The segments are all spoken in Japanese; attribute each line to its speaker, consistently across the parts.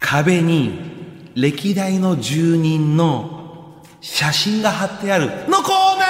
Speaker 1: 壁に歴代の住人の写真が貼ってあるのコーナ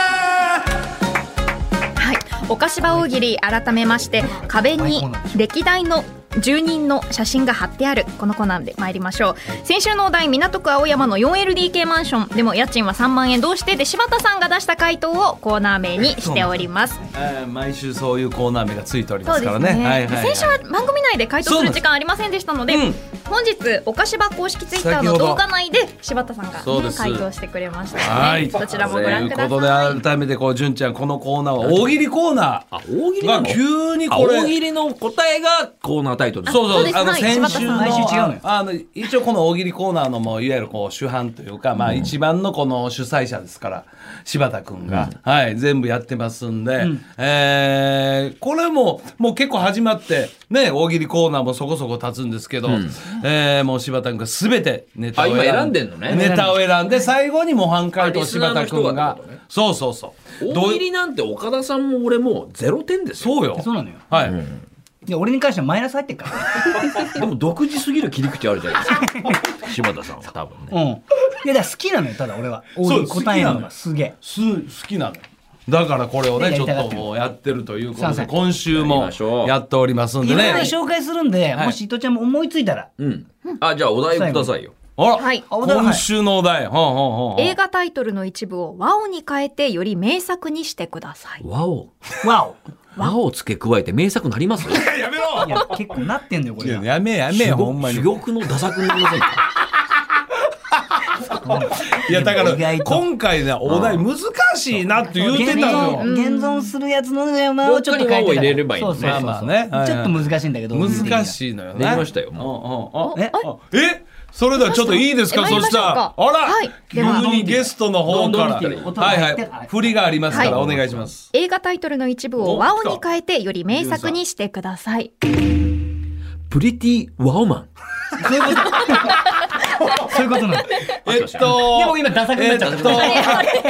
Speaker 1: ー
Speaker 2: はい、お菓子場大喜利改めまして壁に歴代の住人の写真が貼ってあるこのコーナーで参りましょう先週のお題港区青山の 4LDK マンションでも家賃は3万円どうしてで柴田さんが出した回答をコーナー名にしております
Speaker 1: えー毎週そういうコーナー名がついており
Speaker 2: そ
Speaker 1: ま
Speaker 2: う
Speaker 1: す
Speaker 2: で
Speaker 1: か
Speaker 2: す
Speaker 1: ら
Speaker 2: ね
Speaker 1: ねはいはいはい
Speaker 2: 先週は番組内で回答する時間ありませんでしたので、
Speaker 1: そうなんで
Speaker 2: 本日お菓子場公式ツイッター
Speaker 1: 先
Speaker 2: の
Speaker 1: ほど
Speaker 2: 動画内で柴田さんが
Speaker 1: そう
Speaker 2: ね、
Speaker 1: です
Speaker 2: 回答してくれました
Speaker 1: は
Speaker 2: ので
Speaker 1: い、
Speaker 2: そちらもご覧くだ
Speaker 1: という
Speaker 2: さ
Speaker 1: こ
Speaker 2: い
Speaker 1: とで改めてこう純ちゃんこのコーナーは大喜利コーナ
Speaker 3: あ、大喜
Speaker 1: ー
Speaker 3: 利な
Speaker 1: が
Speaker 3: の
Speaker 1: 急に
Speaker 3: あ
Speaker 1: これ
Speaker 3: 大喜利の答えがコーナータイトル
Speaker 1: そう
Speaker 2: そ
Speaker 1: そうう
Speaker 2: です
Speaker 1: あの
Speaker 2: はい
Speaker 1: 先
Speaker 2: 柴
Speaker 1: 週
Speaker 2: 田
Speaker 1: の
Speaker 2: さん
Speaker 4: 来週違うのよ
Speaker 1: ああの一応この大喜利コーナーのもういわゆるこう主犯というか、まあ一番のこの主催者ですから柴田君が、はい全部やってますんで、えーこれももう結構始まってね大喜利コーナーもそこそこ立つんですけど、えーもう柴田君が全てネタを
Speaker 3: あ今選んでんのね
Speaker 1: ネタを選んで最後に模範解答
Speaker 3: あリス
Speaker 1: 柴
Speaker 3: ナーの
Speaker 1: 田
Speaker 3: 人が
Speaker 1: 君が
Speaker 3: ってことね
Speaker 1: そうそうそう
Speaker 3: 大喜利なんて岡田さんも俺もゼロ点ですよ
Speaker 1: そうよ
Speaker 4: そうなのよ
Speaker 1: はい、
Speaker 4: いや俺に関してはマイナス入ってるから
Speaker 3: でも独自すぎる切り口あるじゃないです か柴田さんは多分ね
Speaker 4: ねうんいやだから好きなのよただ俺は
Speaker 1: そう
Speaker 4: 大喜利答えるのがすげえ
Speaker 1: す好きなのだからこれをね
Speaker 4: ね
Speaker 1: ち
Speaker 4: や
Speaker 1: ょ
Speaker 4: りたが
Speaker 1: っと
Speaker 4: ってる
Speaker 1: もうやってるというこ
Speaker 4: すい
Speaker 1: と
Speaker 4: ませ
Speaker 1: で
Speaker 4: ん
Speaker 1: 今週も
Speaker 3: やりましょう
Speaker 1: やっておりますん
Speaker 4: い
Speaker 1: で
Speaker 4: ろいろ
Speaker 1: ね
Speaker 4: 紹介するんで
Speaker 1: はい
Speaker 4: もし伊藤ちゃんも思いついたら
Speaker 3: うんあじゃあお題くださいよ
Speaker 1: あら
Speaker 2: はい
Speaker 4: お題は
Speaker 1: 今週のお題ほうほうほうほう
Speaker 2: 映画タイトルの一部を和音に変えてより名作にしてください
Speaker 3: 和を
Speaker 4: わお
Speaker 3: 和を付け加えて名作なります
Speaker 1: やめろ
Speaker 4: いや結構なってんだよこ
Speaker 1: い
Speaker 4: れ
Speaker 1: や
Speaker 4: が
Speaker 1: やめやめほんまに
Speaker 3: 珠玉のダサくなりません か
Speaker 1: いやだか
Speaker 4: 意外
Speaker 1: ら
Speaker 4: と
Speaker 1: 今回ねお題難しいなって言ってた
Speaker 4: 現
Speaker 1: のよ
Speaker 4: 存現存するやつの山をちょっと変えて
Speaker 3: どっかに和を入れればいい
Speaker 4: そ
Speaker 3: の
Speaker 4: う
Speaker 3: ね
Speaker 4: そうそう
Speaker 1: まあまあねはいはい
Speaker 4: ちょっと難しいんだけど
Speaker 1: 難
Speaker 4: い
Speaker 1: しいのよね
Speaker 3: できましたよ
Speaker 1: うんうんうん
Speaker 4: え
Speaker 1: あえそれではちょっといいですか
Speaker 2: え
Speaker 1: そしたらあ
Speaker 2: 参りましょうからはいでは
Speaker 1: 急にゲストの方から
Speaker 3: どんどん来てる
Speaker 4: 音が
Speaker 1: はい
Speaker 4: 入
Speaker 1: は
Speaker 4: って
Speaker 1: い振りがありますから
Speaker 2: は
Speaker 1: お
Speaker 2: い
Speaker 1: 願いします
Speaker 2: 映画タイトルの一部を和音に変えてより名作にしてください。
Speaker 3: プリティワオマン
Speaker 4: そういうことなの
Speaker 1: えっ と
Speaker 4: でも今ダサくなっちゃった
Speaker 1: え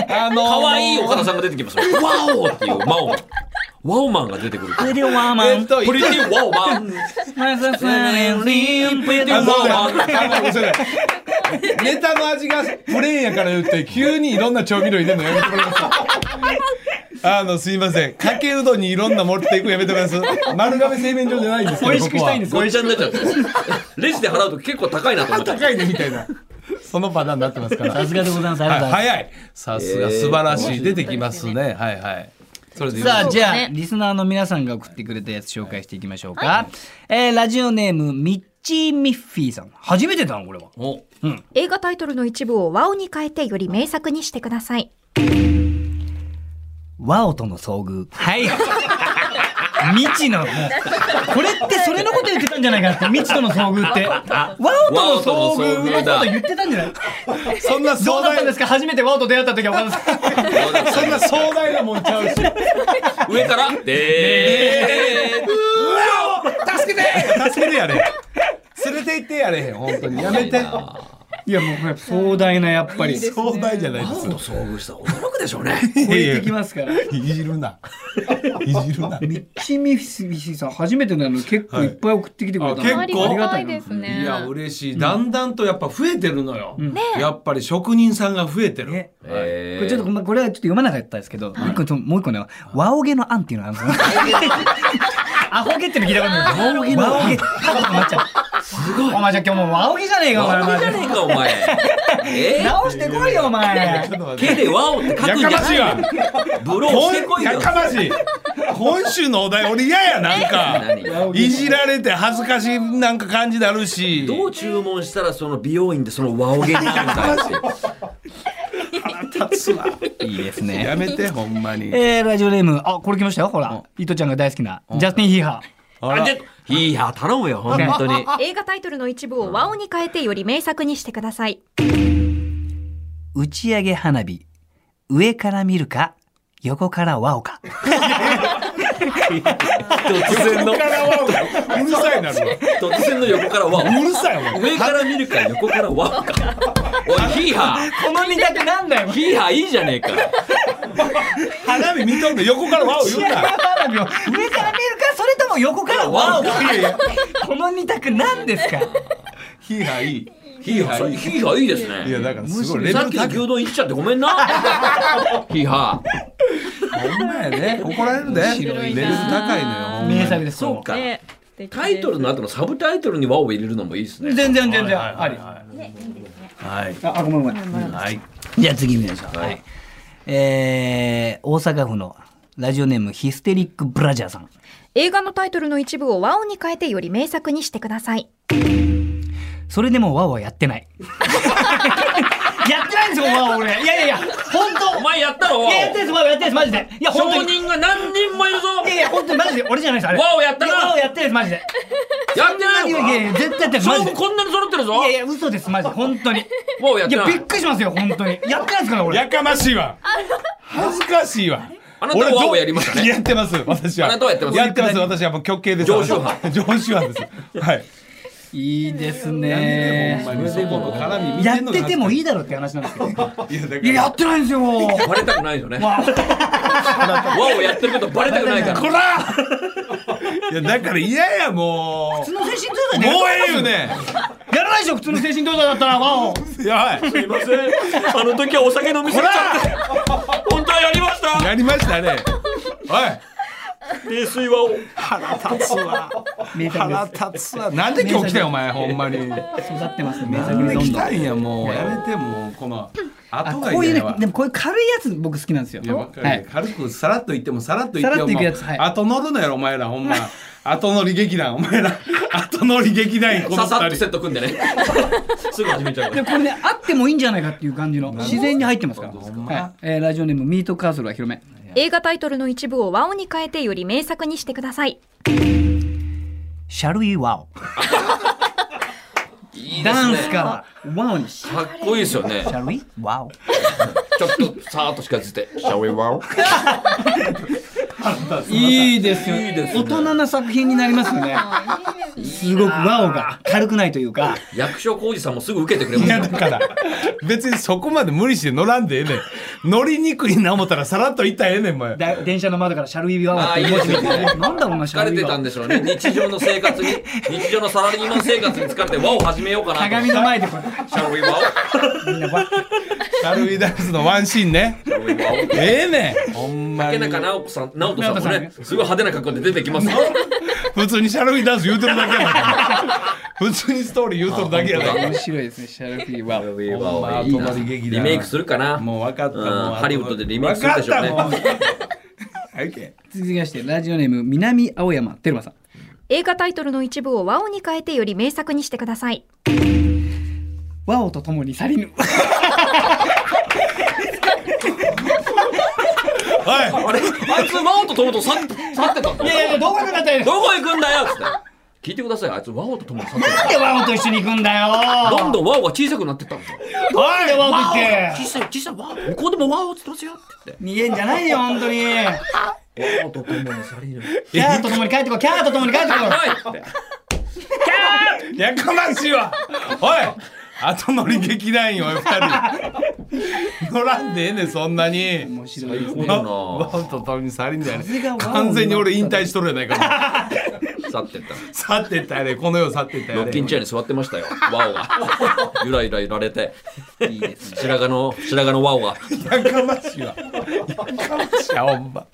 Speaker 1: とあの
Speaker 3: 可愛い岡田さんが出てきますよワオっていうマオワオマンが出てくる
Speaker 4: それでワーマ
Speaker 1: えっ
Speaker 4: ン
Speaker 1: と
Speaker 3: プリティワオマン
Speaker 4: マイナス3リンプ
Speaker 1: あ
Speaker 4: で
Speaker 1: そうだ
Speaker 3: ワオマン
Speaker 1: あごめんなさいネタの味がプレーンやから言って急にいろんな調味料入れるのやめてもらえますかあのすいませんかけうどんにいろんな持っていくのやめてもらえます丸亀製麺所じゃないんですけど
Speaker 4: 美味しくしたいんです
Speaker 1: ここ
Speaker 3: ごちゃになっちゃってレジで払うと結構 高いなと思
Speaker 1: は
Speaker 3: った
Speaker 1: 高いねみたいなそのパターンになってますから
Speaker 4: さすがでございますありが
Speaker 1: は
Speaker 4: と
Speaker 1: いう
Speaker 4: ございます
Speaker 1: 早いさすが素晴らしい出てきますねはいはいそれでいいです
Speaker 4: さあじゃあ、
Speaker 2: ね
Speaker 4: リスナーの皆さんが送ってくれたやつ紹介していきましょうか、えーラジオネームミッチー・ミッフィーさん初めてだなこれは
Speaker 1: お
Speaker 2: 映画タイトルの一部を和音に変えてより名作にしてください。
Speaker 4: ワオとの遭遇はい 未知のもうこれってそれのこと言ってたんじゃないかなって未知との遭遇ってワオとの遭遇のこと言ってたんじゃない
Speaker 1: そんな
Speaker 4: ど
Speaker 1: 壮
Speaker 4: うだっ
Speaker 1: 大
Speaker 4: たん
Speaker 1: な
Speaker 4: ですか初めてワオと出会った時は岡田さん
Speaker 1: そんな壮大なもんちゃうし
Speaker 3: 上からでー
Speaker 1: 助けて助けてやれ連れて行ってやれへん本当にやめて
Speaker 4: いやもう壮大なやっぱり
Speaker 1: 壮大じゃないで
Speaker 3: ワオ
Speaker 1: す
Speaker 3: と遭遇したら驚くでしょうね
Speaker 4: 超えてきますから
Speaker 1: いじるないじるな
Speaker 4: ミッチー・ミッフィーさん初めてなのに結構いっぱい送ってきてくれたの、
Speaker 1: はいあ結構ありが
Speaker 2: すね
Speaker 1: いや嬉しいだんだんとやっぱ増えてるのよ
Speaker 4: んね
Speaker 1: やっぱり職人さんが増えてる
Speaker 4: ね
Speaker 3: え
Speaker 4: これちょっとごめんこれはちょっと読まなかったですけど、一個ちょもう一個ね和おげの案っていうのがあるんですよ アホ毛っていうの聞いたことない。和おげの案。和おげ。っちゃう。すごい。お前じゃあ今日もう和おげじゃねえかお前
Speaker 3: ワオ
Speaker 4: マ
Speaker 3: じ
Speaker 4: ジ
Speaker 3: ゃ
Speaker 4: で
Speaker 3: ねえかお 前え
Speaker 4: 直してこいよお前。
Speaker 3: ー、手でワオって書くんじゃ
Speaker 1: やかましいわ
Speaker 3: ないブローしてこいよ
Speaker 1: やかましい今週のお題俺嫌やなんか
Speaker 3: 何
Speaker 1: いじられて恥ずかしいなんか感じなるし
Speaker 3: どう注文したらその美容院でそのワオ毛になるんだって
Speaker 4: いいですね。
Speaker 1: やめてほんまに
Speaker 4: えー、ラジオネームあこれ来ましたよほら伊藤ちゃんが大好きなジャスティン・ヒーハ
Speaker 1: あら
Speaker 3: いや頼むよ本当に
Speaker 2: 映画タイトルの一部を和音に変えてより名作にしてください。
Speaker 4: ー打ち上げ花火上から見るか横から和おか
Speaker 3: 突然の
Speaker 1: うるさいなるわ
Speaker 3: 突然の横 からワ
Speaker 1: う
Speaker 3: オ
Speaker 1: るさいわ
Speaker 3: 上から見るか横からワオかおいヒーハ
Speaker 4: この二択なんだよ
Speaker 3: ーヒーハーいいじゃねえか
Speaker 1: 花火見とんで横からわお言う
Speaker 4: 上
Speaker 1: な
Speaker 4: から見るかそれとも横からワオこの二択なんですか
Speaker 5: ヒーハーいい。
Speaker 3: ヒーハー、ヒーハーいいです
Speaker 5: い
Speaker 3: ね。
Speaker 5: やだからすごいレベ
Speaker 3: さっ
Speaker 5: ル
Speaker 3: きの
Speaker 5: 高い。
Speaker 3: 牛丼いっちゃってごめんな。ヒーハー。
Speaker 5: ほんま やね。怒られるで。レ
Speaker 2: 白いな
Speaker 5: ベル高いのよ。ほんまに
Speaker 4: 名作です
Speaker 3: そうか。
Speaker 2: ね
Speaker 3: タイトルの後のサブタイトルに和を入れるのもいいです
Speaker 4: これも
Speaker 3: ね。
Speaker 4: 全然全然ありあ
Speaker 1: はいはい
Speaker 4: あごめんごめん
Speaker 1: はい
Speaker 4: じゃあ次見ましょう、
Speaker 3: はい
Speaker 4: はいえー、大阪府のラジオネームヒステリックブラジャーさん
Speaker 2: 映画のタイトルの一部を和音に変えてより名作にしてください。
Speaker 4: それでもワオはやってない やってないんですよワオ俺いやいやいや本当
Speaker 3: お前やったろ
Speaker 4: いややってないですワオやってないですマジでいや本当
Speaker 3: 証
Speaker 4: に
Speaker 3: 人が何人もいるぞ
Speaker 4: いやいや本当にマジで俺じゃないですあれ
Speaker 3: ワオやったな
Speaker 4: ないやワオやってないですマジで
Speaker 3: やってない
Speaker 4: い
Speaker 3: の
Speaker 4: やいやい
Speaker 3: か
Speaker 4: や絶対やってないマ
Speaker 3: 勝
Speaker 4: ジで
Speaker 3: 負こんなに揃ってるぞ
Speaker 4: いやいや嘘ですマジで本当に
Speaker 3: 和をやっ
Speaker 4: い
Speaker 3: て
Speaker 4: や
Speaker 3: な
Speaker 4: びっ
Speaker 3: い
Speaker 4: くりしますよ本当にやってないですから俺
Speaker 5: やかましいわ。恥ずかしいわ。
Speaker 3: あなたは
Speaker 5: 俺ど
Speaker 3: 和をやりましたね
Speaker 5: やってます。私は。
Speaker 3: あなたはやってます
Speaker 5: やってます。私はもう極刑です。
Speaker 3: 常習犯。
Speaker 5: 常習犯です。はい。
Speaker 4: いいです
Speaker 5: ほんまにそこの絡み見
Speaker 4: や
Speaker 5: てん
Speaker 4: っ
Speaker 5: のが
Speaker 4: ててもい
Speaker 5: い
Speaker 4: いだろって話なんですけどい
Speaker 5: やだから
Speaker 4: ややってないんですよ
Speaker 3: バレたくないよね
Speaker 4: まあ
Speaker 3: 和をやってることバレたくないから
Speaker 5: こらいやだから嫌やも
Speaker 4: 普通
Speaker 5: う
Speaker 4: の精神統
Speaker 5: もう
Speaker 4: 剤
Speaker 5: ええよね
Speaker 4: やらないでしょ普通の精神統剤だったらワオ
Speaker 5: やばい
Speaker 3: すいませんあの時はお酒飲みすぎちゃって本当はやりました
Speaker 5: やりましたねおい
Speaker 3: 泥酔和を
Speaker 5: 腹立つわ
Speaker 4: 名作で
Speaker 5: 腹立つわなんで今日来たよお前ほんまに
Speaker 4: す育ってますね名
Speaker 5: な
Speaker 4: 作
Speaker 5: ん
Speaker 4: に
Speaker 5: で
Speaker 4: どん
Speaker 5: 来
Speaker 4: どん
Speaker 5: たんやもうやめてもうこの
Speaker 4: あ
Speaker 5: 後が
Speaker 4: こうい
Speaker 5: 嫌
Speaker 4: う
Speaker 5: や
Speaker 4: ね
Speaker 5: わ
Speaker 4: でもこういう軽いやつ僕好きなんですよ
Speaker 5: いやわかるよ
Speaker 4: はい
Speaker 5: 軽くさらっと言ってもさらっと言
Speaker 4: さ
Speaker 5: って
Speaker 4: ら
Speaker 5: も
Speaker 4: っといくやつはい
Speaker 5: 後乗るのやろお前らほ んま後乗り劇団お前ら後乗り劇団員この
Speaker 3: ささっ
Speaker 5: 二
Speaker 3: とセッ
Speaker 5: 人
Speaker 3: ト組んでねすぐ始めちゃうか
Speaker 4: で
Speaker 3: ら
Speaker 4: これねあってもいいんじゃないかっていう感じの自然に入ってますから、
Speaker 5: ほんま
Speaker 4: はいえーラジオネームミートカーソルは広め
Speaker 2: 映画タイトルの一部を和音に変えてより名作にしてください。
Speaker 4: 「シャルイワオ
Speaker 3: い」いで
Speaker 4: ダ
Speaker 3: す
Speaker 4: ン
Speaker 3: ね
Speaker 4: スかワオに「シ
Speaker 3: かっこいいですよね
Speaker 4: ャルイワオ」
Speaker 3: ちょっとさーっとしかついてシャウェイワ オ
Speaker 4: いいですよ大人な作品になりますよねすごくワオが軽くないというか
Speaker 3: 役所広司さんもすぐ受けてくれま
Speaker 5: い
Speaker 3: す
Speaker 5: や
Speaker 3: よ
Speaker 5: だから別にそこまで無理して乗らんでええねん乗りにくいな思ったらさらっと言ったらええねんお前
Speaker 4: だ電車の窓から「シャルイワオ」って文字見て
Speaker 3: あーいいで
Speaker 4: ねなんだこんな「シャ
Speaker 3: 疲れ
Speaker 4: ルイ
Speaker 3: て
Speaker 4: ワ
Speaker 3: たん
Speaker 4: オ
Speaker 3: でしょうね日常の生活に 日常のサラリーマン生活に疲れて和を始めようか」なと
Speaker 4: 鏡の前でこ
Speaker 3: シャウェイワ
Speaker 4: うみんなこう
Speaker 5: シャルウィダンスのワンシーンね
Speaker 3: オシャウェイワオ
Speaker 5: ええねんほんま
Speaker 3: 竹
Speaker 5: に
Speaker 3: 中直子さん、直人さんもね、
Speaker 4: 直人さんね
Speaker 3: すごい派手な格好で出てきますよ。
Speaker 5: 普通にシャルウィダンス言うてるだけやん普通にストーリー言うてるだけやな
Speaker 4: 面白いですね「シャルイワオ」
Speaker 5: ほんま
Speaker 3: いい
Speaker 5: 後
Speaker 3: な
Speaker 5: 乗り劇
Speaker 3: リ
Speaker 5: 団
Speaker 3: メイクするかな。
Speaker 5: もう分かった
Speaker 3: うん
Speaker 5: もう
Speaker 3: ハリウッドでリメイクするでしょうね
Speaker 5: 分かったもうはい行け
Speaker 4: 続きましてラジオネーム南青山テルマさん
Speaker 2: 映画タイトルの一部を和音に変えてより名作にしてください。
Speaker 4: 「ワオと共に去りぬ」
Speaker 5: はい
Speaker 3: あれあいつ、和音と友と去って去ってたんだ
Speaker 4: いやいやどこ行くんだったらいいの
Speaker 3: どこ行くんだよっつって。聞いてください、あいつ、和音と友と去って
Speaker 4: なんでワオと一緒に行くんだよ
Speaker 3: た。どんどん和音が小さくなってったんですよ。
Speaker 4: なんでワオと行って
Speaker 3: 小さい、小さい、和音。向こうでも和音って言ってますよって
Speaker 4: 逃げんじゃないよ本当にキャ
Speaker 3: 言って。和音と友に去りぬ。
Speaker 4: ーと共に帰ってこいキャーと共に帰ってこい
Speaker 3: はいって。
Speaker 5: やかましいわおい後乗り劇団員おい二人乗らんでええねんそんなに
Speaker 4: 面白いです
Speaker 3: そう
Speaker 4: ね
Speaker 3: だ
Speaker 5: ワ
Speaker 3: な
Speaker 5: オと共に去りんだよ
Speaker 4: 風がワ
Speaker 5: ね
Speaker 4: オ
Speaker 5: 完全に俺引退しとるやないか
Speaker 3: 去ってった。
Speaker 5: 去ってったやれこの世去ってったや
Speaker 3: ロッ
Speaker 5: れ
Speaker 3: キンチェアに座ってましたよ、和音が。ゆらゆら揺られて。いいですね。白髪の、白髪の和音が。
Speaker 5: やかましいわやかましいわほんま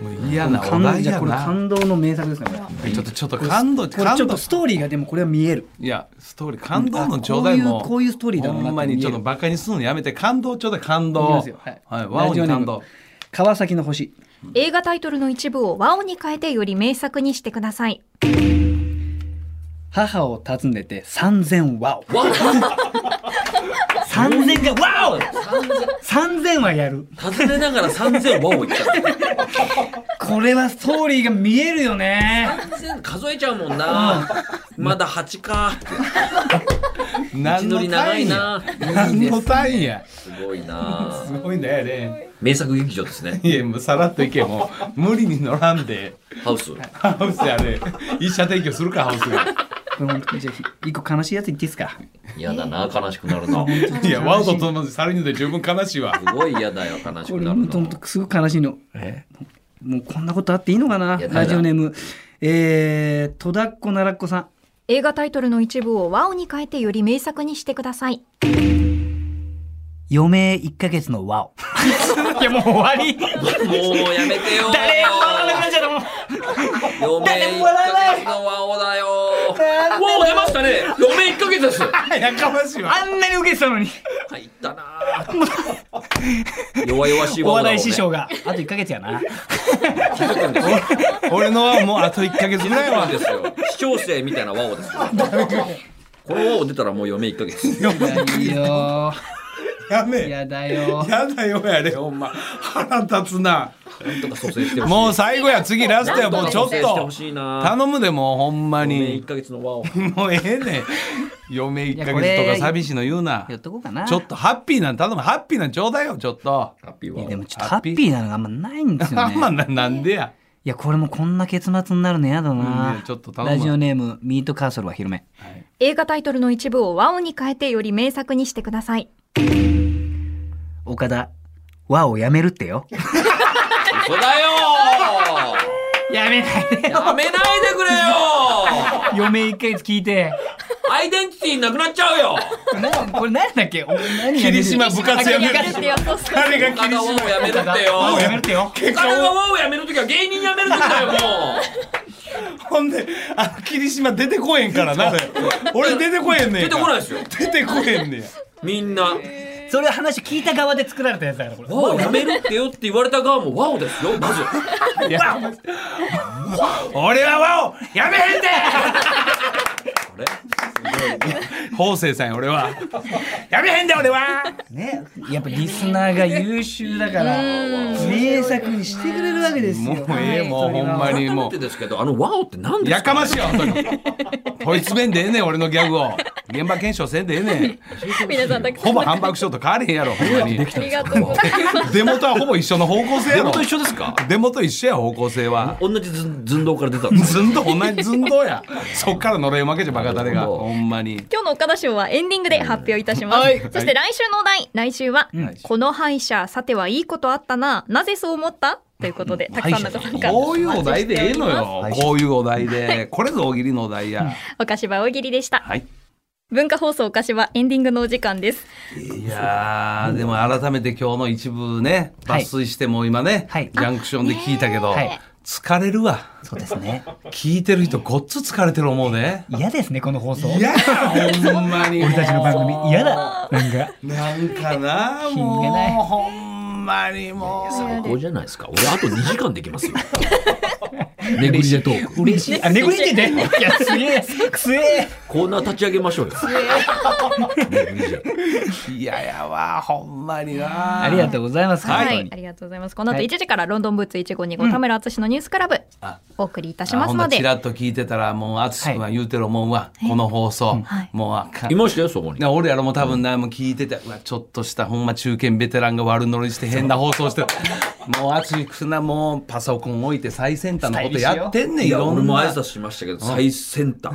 Speaker 5: もう嫌なお
Speaker 4: 感動
Speaker 5: 題
Speaker 4: じゃ
Speaker 5: や
Speaker 4: これ
Speaker 5: な
Speaker 4: 感動の名作ですねこれ
Speaker 5: ちょっとちょっと感動
Speaker 4: これ
Speaker 5: 感
Speaker 4: ちょっ
Speaker 5: 動
Speaker 4: とストーリーがでもこれは見える
Speaker 5: いやストーリー感動のちょうだい
Speaker 4: うんあ
Speaker 5: も
Speaker 4: こういうこういうストーリーだな
Speaker 5: ほんまにちょっとバカにするのやめて感動ちょうだい感
Speaker 4: いき
Speaker 5: 動
Speaker 4: ますよはい、
Speaker 5: はいワオに感動
Speaker 4: 川崎の星
Speaker 2: 映画タイトルの一部を和音に変えてより名作にしてください。
Speaker 4: 母を訪ねて三千ワオ
Speaker 3: 和音
Speaker 4: 三千がワオ三千はやる
Speaker 3: 尋ねながら3000和を言っちゃった
Speaker 4: これはストーリーが見えるよね
Speaker 3: 3000数えちゃうもんなまだ8か道
Speaker 5: 何
Speaker 3: のり長いな
Speaker 5: 何の単位や
Speaker 3: すごいな
Speaker 5: すごいねあれ
Speaker 3: 名作劇場ですね
Speaker 5: いやもうさらっといけもう無理に乗らんで
Speaker 3: ハウス
Speaker 5: ハウスやれ一社提供するかハウスが
Speaker 4: これ本当にじゃあ一個悲しいやつ言っていいですか
Speaker 3: 嫌だな悲しくなるない
Speaker 5: やワオとともに去りぬで十分悲しいわ
Speaker 3: すごい嫌だよ悲し
Speaker 4: こ
Speaker 3: く
Speaker 4: れ
Speaker 3: なる
Speaker 4: 本当
Speaker 3: の
Speaker 4: 本当すごく悲しいのもうこんなことあっていいのかない
Speaker 3: や
Speaker 4: ラジオネームえー、戸田っ子奈良っ子さん
Speaker 2: 映画タイトルの一部をワオに変えてより名作にしてください。
Speaker 4: 余命1ヶ月のワオ。 いや、もう終わり。
Speaker 3: もうやめてよ。
Speaker 4: 誰も笑わなくなっちゃったもう。
Speaker 3: 嫁
Speaker 4: 誰
Speaker 3: 1
Speaker 4: も笑わな
Speaker 3: ヶ
Speaker 4: い
Speaker 3: 月のワオだよ。ワオ出ましたね。嫁1ヶ月です。
Speaker 5: やかましいわ。
Speaker 4: あんなに受けてたのに。
Speaker 3: 入ったなあ。弱々しい
Speaker 4: お
Speaker 3: ワオだ
Speaker 4: 笑
Speaker 3: よ
Speaker 4: い
Speaker 3: ね
Speaker 4: 師匠が。あと1ヶ月やな。
Speaker 3: 気づくんですよ。
Speaker 5: 俺のはもうあと1ヶ月ぐらい
Speaker 3: そうな
Speaker 5: は
Speaker 3: ん。ですよ。視聴生みたいなワオですよ。このワオ出たらもう嫁1ヶ月。
Speaker 4: いや よ
Speaker 5: やめ
Speaker 4: ー。
Speaker 5: え。
Speaker 4: やだよー。
Speaker 5: やだよやれほんま腹立つな
Speaker 3: なんとか蘇生してほしい。
Speaker 5: もう最後や次ラストやもうちょっ
Speaker 3: 蘇生して
Speaker 5: と
Speaker 3: ほしいな。
Speaker 5: 頼むでもうほんま
Speaker 3: 嫁
Speaker 5: に
Speaker 3: 1ヶ月のワオ。
Speaker 5: もうええねん嫁1ヶ
Speaker 4: いやこ
Speaker 5: 月
Speaker 4: と
Speaker 5: か
Speaker 4: れ
Speaker 5: 寂しいの言うな
Speaker 4: やっとこうかな。
Speaker 5: ちょっとハッピーなん頼むハッピーなんちょうだいよちょっと
Speaker 3: ハッピーワ
Speaker 4: いや。でも
Speaker 3: オ。
Speaker 4: ちょっとハッピーなのがあんまないんですよ
Speaker 5: あ
Speaker 4: ね。
Speaker 5: んまななんでや
Speaker 4: いや、これもこんな結末になるのやだ
Speaker 5: うんいや
Speaker 4: な
Speaker 5: ちょっと。頼むわ
Speaker 4: ラジオネーム、ミートカーソルは広め。
Speaker 2: 映画タイトルの一部をワオに変えてより名作にしてください。
Speaker 4: 岡田、和をやめるってよ。
Speaker 3: 嘘だよ
Speaker 4: やめない で
Speaker 3: やめないでくれよ
Speaker 4: 嫁1ヶ月聞いて。
Speaker 3: アイデンティティなくなっちゃうよ
Speaker 4: なこれ何だっけ
Speaker 5: 霧島部活やめる
Speaker 2: るってよそうそう
Speaker 5: 彼が
Speaker 3: 岡
Speaker 5: 霧
Speaker 3: 田
Speaker 5: 島
Speaker 3: をやめるってよ
Speaker 4: 和をやめるってよ。
Speaker 5: 結
Speaker 3: 岡
Speaker 5: 果
Speaker 3: 田がをやめるときは芸人やめるときだよも
Speaker 5: ほんであの霧島出てこへんからな俺出てこへん
Speaker 3: う
Speaker 5: ねん
Speaker 3: 出てこないですよ
Speaker 5: 出てこへんねん
Speaker 3: みんな
Speaker 4: それ話聞いた側で作られたやつだから、これ。
Speaker 3: 和をやめるってよって言われた側も和をですよまず
Speaker 5: 俺はワオやめへん
Speaker 3: あれ
Speaker 5: で方正さんや俺はやめへんで俺は
Speaker 4: ね、やっぱリスナーが優秀だから名作にしてくれるわけですよ。
Speaker 5: もうええもうほんまに
Speaker 3: 改
Speaker 5: も
Speaker 3: め
Speaker 5: う
Speaker 3: てですけどあの和をって何です
Speaker 5: や
Speaker 3: か
Speaker 5: かましいわ本当に問い詰めんでええねん俺のギャグを現場検証せんでええねん
Speaker 2: 皆さんたくさん
Speaker 5: ほぼハンバーグショーと変われへんやろほんまに
Speaker 2: ありがとうございます。
Speaker 5: デモとはほぼ一緒の方向性や
Speaker 3: で
Speaker 5: ろ
Speaker 3: もと一緒ですか
Speaker 5: デモと一緒や方向性は
Speaker 3: 同じ寸寸胴から出たんです
Speaker 5: ずんどう同じずんどうやそっからのれん負けじゃバカ誰
Speaker 3: なる
Speaker 5: が
Speaker 3: ほど
Speaker 5: ほんまに
Speaker 2: 今日の岡田賞はエンディングで発表いたします。そして来週のお題、来週は、この歯医者、さてはいいことあったな、なぜそう思ったということで、たくさんのご参加。
Speaker 5: こういうお題でええの
Speaker 2: お
Speaker 5: よ
Speaker 4: 待ちしております
Speaker 5: こういうお題でこれぞ大喜利のお題や
Speaker 2: 岡芝大喜利でした。
Speaker 5: はい
Speaker 2: 文化放送岡芝エンディングのお時間です。
Speaker 5: いやーでも改めて今日の一部ね
Speaker 4: はい
Speaker 5: 抜粋してもう今ね、
Speaker 4: はい
Speaker 5: ジャンクションで聞いたけど、
Speaker 4: はい
Speaker 5: 疲れるわ
Speaker 4: そうですね。
Speaker 5: 聞いてる人ごっつ疲れてる思うね
Speaker 4: 嫌ですねこの放送。
Speaker 5: いやほんまに
Speaker 4: 俺たちの番組嫌だ。なんか
Speaker 5: なんかな
Speaker 4: 品がない
Speaker 5: もうほんまにもう
Speaker 3: こうじゃないですか俺あと2時間できますよネグリジェトーク
Speaker 4: 嬉しい。あネグリジェで。いやすげえすげえ。
Speaker 3: コーナー立ち上げましょうよネグリジェ
Speaker 5: 嫌やわほんまにな
Speaker 4: ありがとうございます。
Speaker 2: は
Speaker 4: 本
Speaker 2: い、
Speaker 4: 当
Speaker 2: あ
Speaker 4: に
Speaker 2: りがとうございます。この後
Speaker 4: はい
Speaker 2: 1時からロンドンブーツ1525、田村淳のニュースクラブお送りいたし
Speaker 5: あ
Speaker 2: ま
Speaker 5: ほ
Speaker 2: す
Speaker 5: んま
Speaker 2: ので
Speaker 5: ち、らっと聞いてたらもう淳君は言うてる思うわ、この放送、
Speaker 2: はい
Speaker 5: もうあかん
Speaker 3: いましたよそこに
Speaker 5: な俺やろもう多分な、もう聞いててうわちょっとしたほんま中堅ベテランが悪乗りして変な放送してるもう熱いくなもうパソコン置いて最先端のことやってんねん
Speaker 3: い
Speaker 5: い
Speaker 3: や
Speaker 5: ろ
Speaker 3: 俺
Speaker 5: ん
Speaker 3: も挨
Speaker 5: な
Speaker 3: 拶しましたけど最先端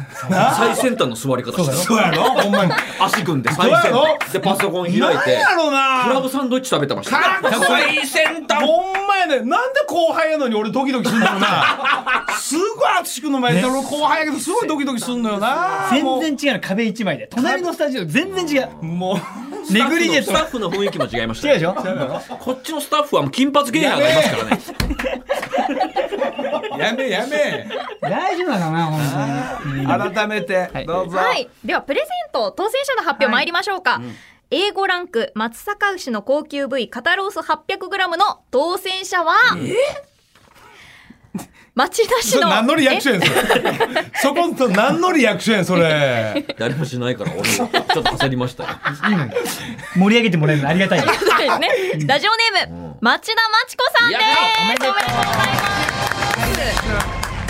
Speaker 3: 最先端の座り方して
Speaker 5: うやろほんまに
Speaker 3: た足組んで最
Speaker 5: そ
Speaker 3: 先
Speaker 5: うやろ
Speaker 3: 端でパソコン開いて
Speaker 5: やろ
Speaker 3: クラ
Speaker 5: な
Speaker 3: ブサンドイッチ食べてました
Speaker 5: 最先端ほんまやねんなんで後輩やのに俺ドキドキすんの よなすごい淳君の前で俺後輩やけどすごいドキドキすんのよなもう
Speaker 4: 全然違うの壁一枚で。隣のスタジオ全然違う。
Speaker 5: もう
Speaker 4: ネグリジェ
Speaker 3: ス
Speaker 4: と
Speaker 3: タッフの雰囲気も違いました
Speaker 4: 違うでし
Speaker 3: よ
Speaker 4: ょ。
Speaker 3: こっちのスタッフはもう金髪ゲイヤーがいますからね
Speaker 5: やめやめ
Speaker 4: 大丈夫だかな本当に。
Speaker 5: 改めてどうぞ、
Speaker 2: はい、ではプレゼント当選者の発表参りましょうか。A5 ランク松阪牛の高級部位肩ロース 800g の当選者は町田市
Speaker 5: それ
Speaker 2: の
Speaker 5: 何のリアクションやんそれそこんと何のリアクションやんそれ
Speaker 3: 誰もしないから俺もちょっと焦りましたよ
Speaker 4: 盛り上げてもらえるのありがたいよ。
Speaker 2: えそうですねラジオネーム町田町子さんです
Speaker 3: やった
Speaker 2: おめでとうございま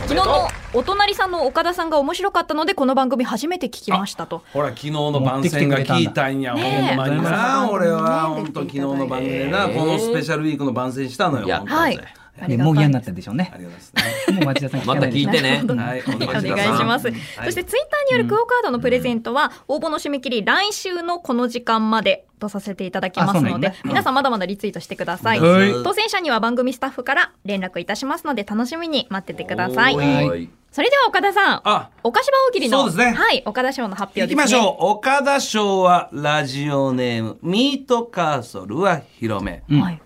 Speaker 2: す昨日のお隣さんの岡田さんが面白かったのでこの番組初めて聞きましたと
Speaker 5: ほら昨日の番宣が聞いたんや
Speaker 2: 持ってきて
Speaker 5: ほ
Speaker 2: く
Speaker 5: ん
Speaker 2: れたんだ
Speaker 5: まにな
Speaker 2: ねえ
Speaker 5: 俺は本当昨日の番組でなこのスペシャルウィークの番宣したのよ
Speaker 3: や
Speaker 5: 本当に
Speaker 2: はいありがたい
Speaker 4: もう嫌になったでしょうね
Speaker 5: あ。りがとうございます
Speaker 4: もう町田さん聞か
Speaker 3: ま
Speaker 4: ない
Speaker 3: た
Speaker 4: で
Speaker 3: 聞
Speaker 4: し
Speaker 3: い
Speaker 4: ょ
Speaker 3: てね
Speaker 5: はいお
Speaker 2: お願
Speaker 5: 願
Speaker 2: い
Speaker 5: い
Speaker 2: し
Speaker 5: します
Speaker 2: ます、
Speaker 5: はい
Speaker 2: そしてツイッターによるクオカードのプレゼントは応募の締め切り来週のこの時間までとさせていただきます
Speaker 4: あそ
Speaker 2: の
Speaker 4: うなん
Speaker 2: で、
Speaker 4: やね
Speaker 2: 皆さんまだまだリツイートしてください、
Speaker 4: はい
Speaker 2: 当選者には番組スタッフから連絡いたしますので楽しみに待っててください
Speaker 3: はい
Speaker 2: それでは岡田さん
Speaker 5: あ
Speaker 2: 岡島大喜利の
Speaker 5: そうですね
Speaker 2: はい岡田賞の発表です、
Speaker 5: 行
Speaker 2: ね、
Speaker 5: きましょう。岡田賞はラジオネーム、ミートカーソルは広め。
Speaker 2: う、はい、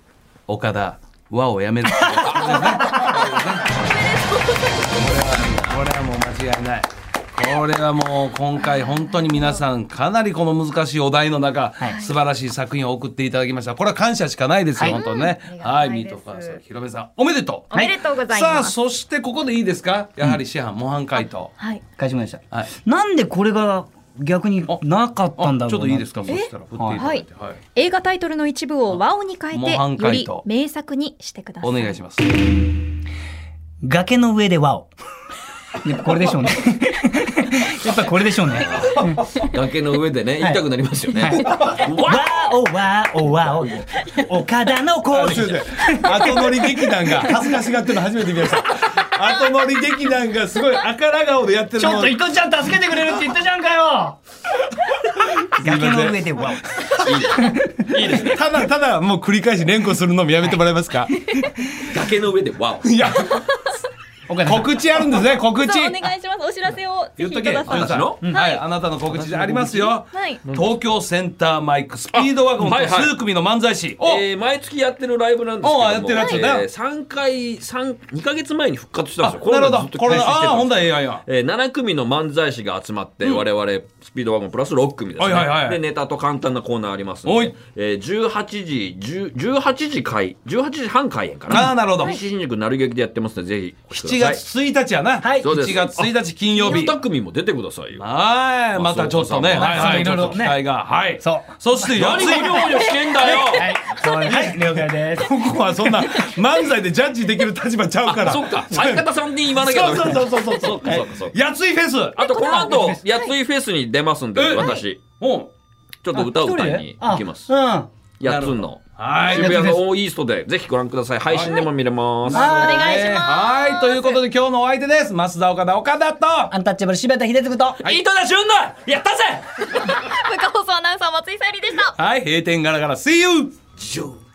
Speaker 5: 岡田、和をやめる。これは、これはもう間違いない。これはもう今回本当に皆さんかなりこの難しいお題の中、素晴らしい作品を送っていただきました。これは感謝しかないですよ、本当にね
Speaker 2: うんあり。が
Speaker 5: は
Speaker 2: た
Speaker 5: い、
Speaker 2: い
Speaker 5: ミ
Speaker 2: で
Speaker 5: ー
Speaker 2: す
Speaker 5: トカーソル、広めさん、おめでとう。
Speaker 2: おめでとうございます
Speaker 5: さあ、そしてここでいいですかやはり師範、模範解答。
Speaker 2: はい
Speaker 4: 返しました。
Speaker 5: はい
Speaker 4: なんでこれが逆になかったんだ
Speaker 5: あち
Speaker 4: ろ
Speaker 5: ょ
Speaker 4: うな
Speaker 5: っといいですか、そしたら振っていただいて。はい
Speaker 2: 映画タイトルの一部を和音に変
Speaker 5: 模範
Speaker 2: えてよ
Speaker 5: 解
Speaker 2: り
Speaker 5: 答
Speaker 2: 名作にしてください
Speaker 5: お願いします。
Speaker 4: 崖の上でワオ。やっぱこれでし ょうね。やっぱこれでしょうね。
Speaker 3: 崖の上でね、痛くなりますよね。
Speaker 4: ワオワオワオ。岡田のコー
Speaker 6: すい
Speaker 4: ス。
Speaker 6: ません後乗り劇団が恥ずかしがってるの初めて見ました後乗り劇団がすごい赤ら顔でやってる
Speaker 4: ち
Speaker 6: の
Speaker 4: ょっとイコちゃん助けてくれるって言ったじゃんかよ。崖の上でワオ。
Speaker 6: ただただもう繰り返し連呼するのもやめてもらえますか
Speaker 3: 崖の上でワオ。
Speaker 6: いや
Speaker 4: 岡田さん
Speaker 6: 告知あるんですね告知
Speaker 2: さあお願いしますお知らせをぜ
Speaker 5: 言っ
Speaker 2: ひ
Speaker 5: と
Speaker 2: く
Speaker 5: け、
Speaker 2: だ
Speaker 5: 皆
Speaker 2: さ
Speaker 5: さ
Speaker 3: 私
Speaker 5: ん。
Speaker 2: い
Speaker 3: の
Speaker 5: はい、あなたの告知ありますよ。
Speaker 2: はい
Speaker 5: 東京センターマイクスピードワゴン
Speaker 3: あはいはい
Speaker 5: 数組の漫才師。お
Speaker 3: えー、毎月やってるライブなんですけども
Speaker 5: おーやってるやつだ
Speaker 3: えー、3回三2か月前に復活したん
Speaker 5: あ
Speaker 3: ですよ
Speaker 5: なるほど。
Speaker 3: ずっと
Speaker 5: これ、
Speaker 3: 開催して
Speaker 5: あ
Speaker 3: た
Speaker 5: あ、
Speaker 3: んです
Speaker 5: ほんだらええやんや。
Speaker 3: えー、7組の漫才師が集まって、我々スピードワゴンプラス6組ですね、
Speaker 5: はいはいはい
Speaker 3: でネタと簡単なコーナーあります
Speaker 5: お
Speaker 3: の
Speaker 5: い
Speaker 3: で、えー、18時10 18時開18時半開演か
Speaker 5: あ
Speaker 3: な
Speaker 5: ーなるほど
Speaker 3: 西新宿なる劇でやってますのでぜひお越しください
Speaker 5: 7月1日やな。
Speaker 4: はい
Speaker 3: そうです
Speaker 5: 7月1日金曜日。
Speaker 3: 2組も出てくださいよ
Speaker 5: はい、またちょっとね、
Speaker 3: ま
Speaker 5: はい
Speaker 4: あ
Speaker 5: はい、ち
Speaker 4: そう
Speaker 5: ょ
Speaker 4: そ
Speaker 5: っ
Speaker 4: う
Speaker 5: と期待が、はい。
Speaker 4: そう
Speaker 5: そして、やつい
Speaker 3: 何
Speaker 5: 量
Speaker 3: 料理をしてんだよ
Speaker 4: はい、はい、了解で す。
Speaker 6: ここはそんな漫才でジャッジできる立場ちゃう から
Speaker 3: そっか相方さんで言わなきゃ
Speaker 6: そう
Speaker 3: ダメ
Speaker 6: そうそうそう
Speaker 3: そ
Speaker 6: そうう
Speaker 3: かそうかそうか
Speaker 6: やついフェス
Speaker 3: あとこの後やついフェスに出ますんで私
Speaker 5: うん
Speaker 3: ちょっと歌を歌いに行きます
Speaker 4: あ
Speaker 3: やつんの
Speaker 5: はい。
Speaker 3: 渋谷のオーイーストでぜひご覧ください配信でも見れます
Speaker 4: 一人で。うん。
Speaker 2: お
Speaker 4: あ
Speaker 2: 願いします
Speaker 5: はい、ということで今日のお相手です。増田岡田岡田と。
Speaker 4: アンタッチャブル柴田秀嗣と。
Speaker 3: 井戸田俊だやったぜ
Speaker 2: 文化放送アナウンサー松井さゆりでした
Speaker 5: はい、閉店ガラガラ、See you!
Speaker 3: ジョー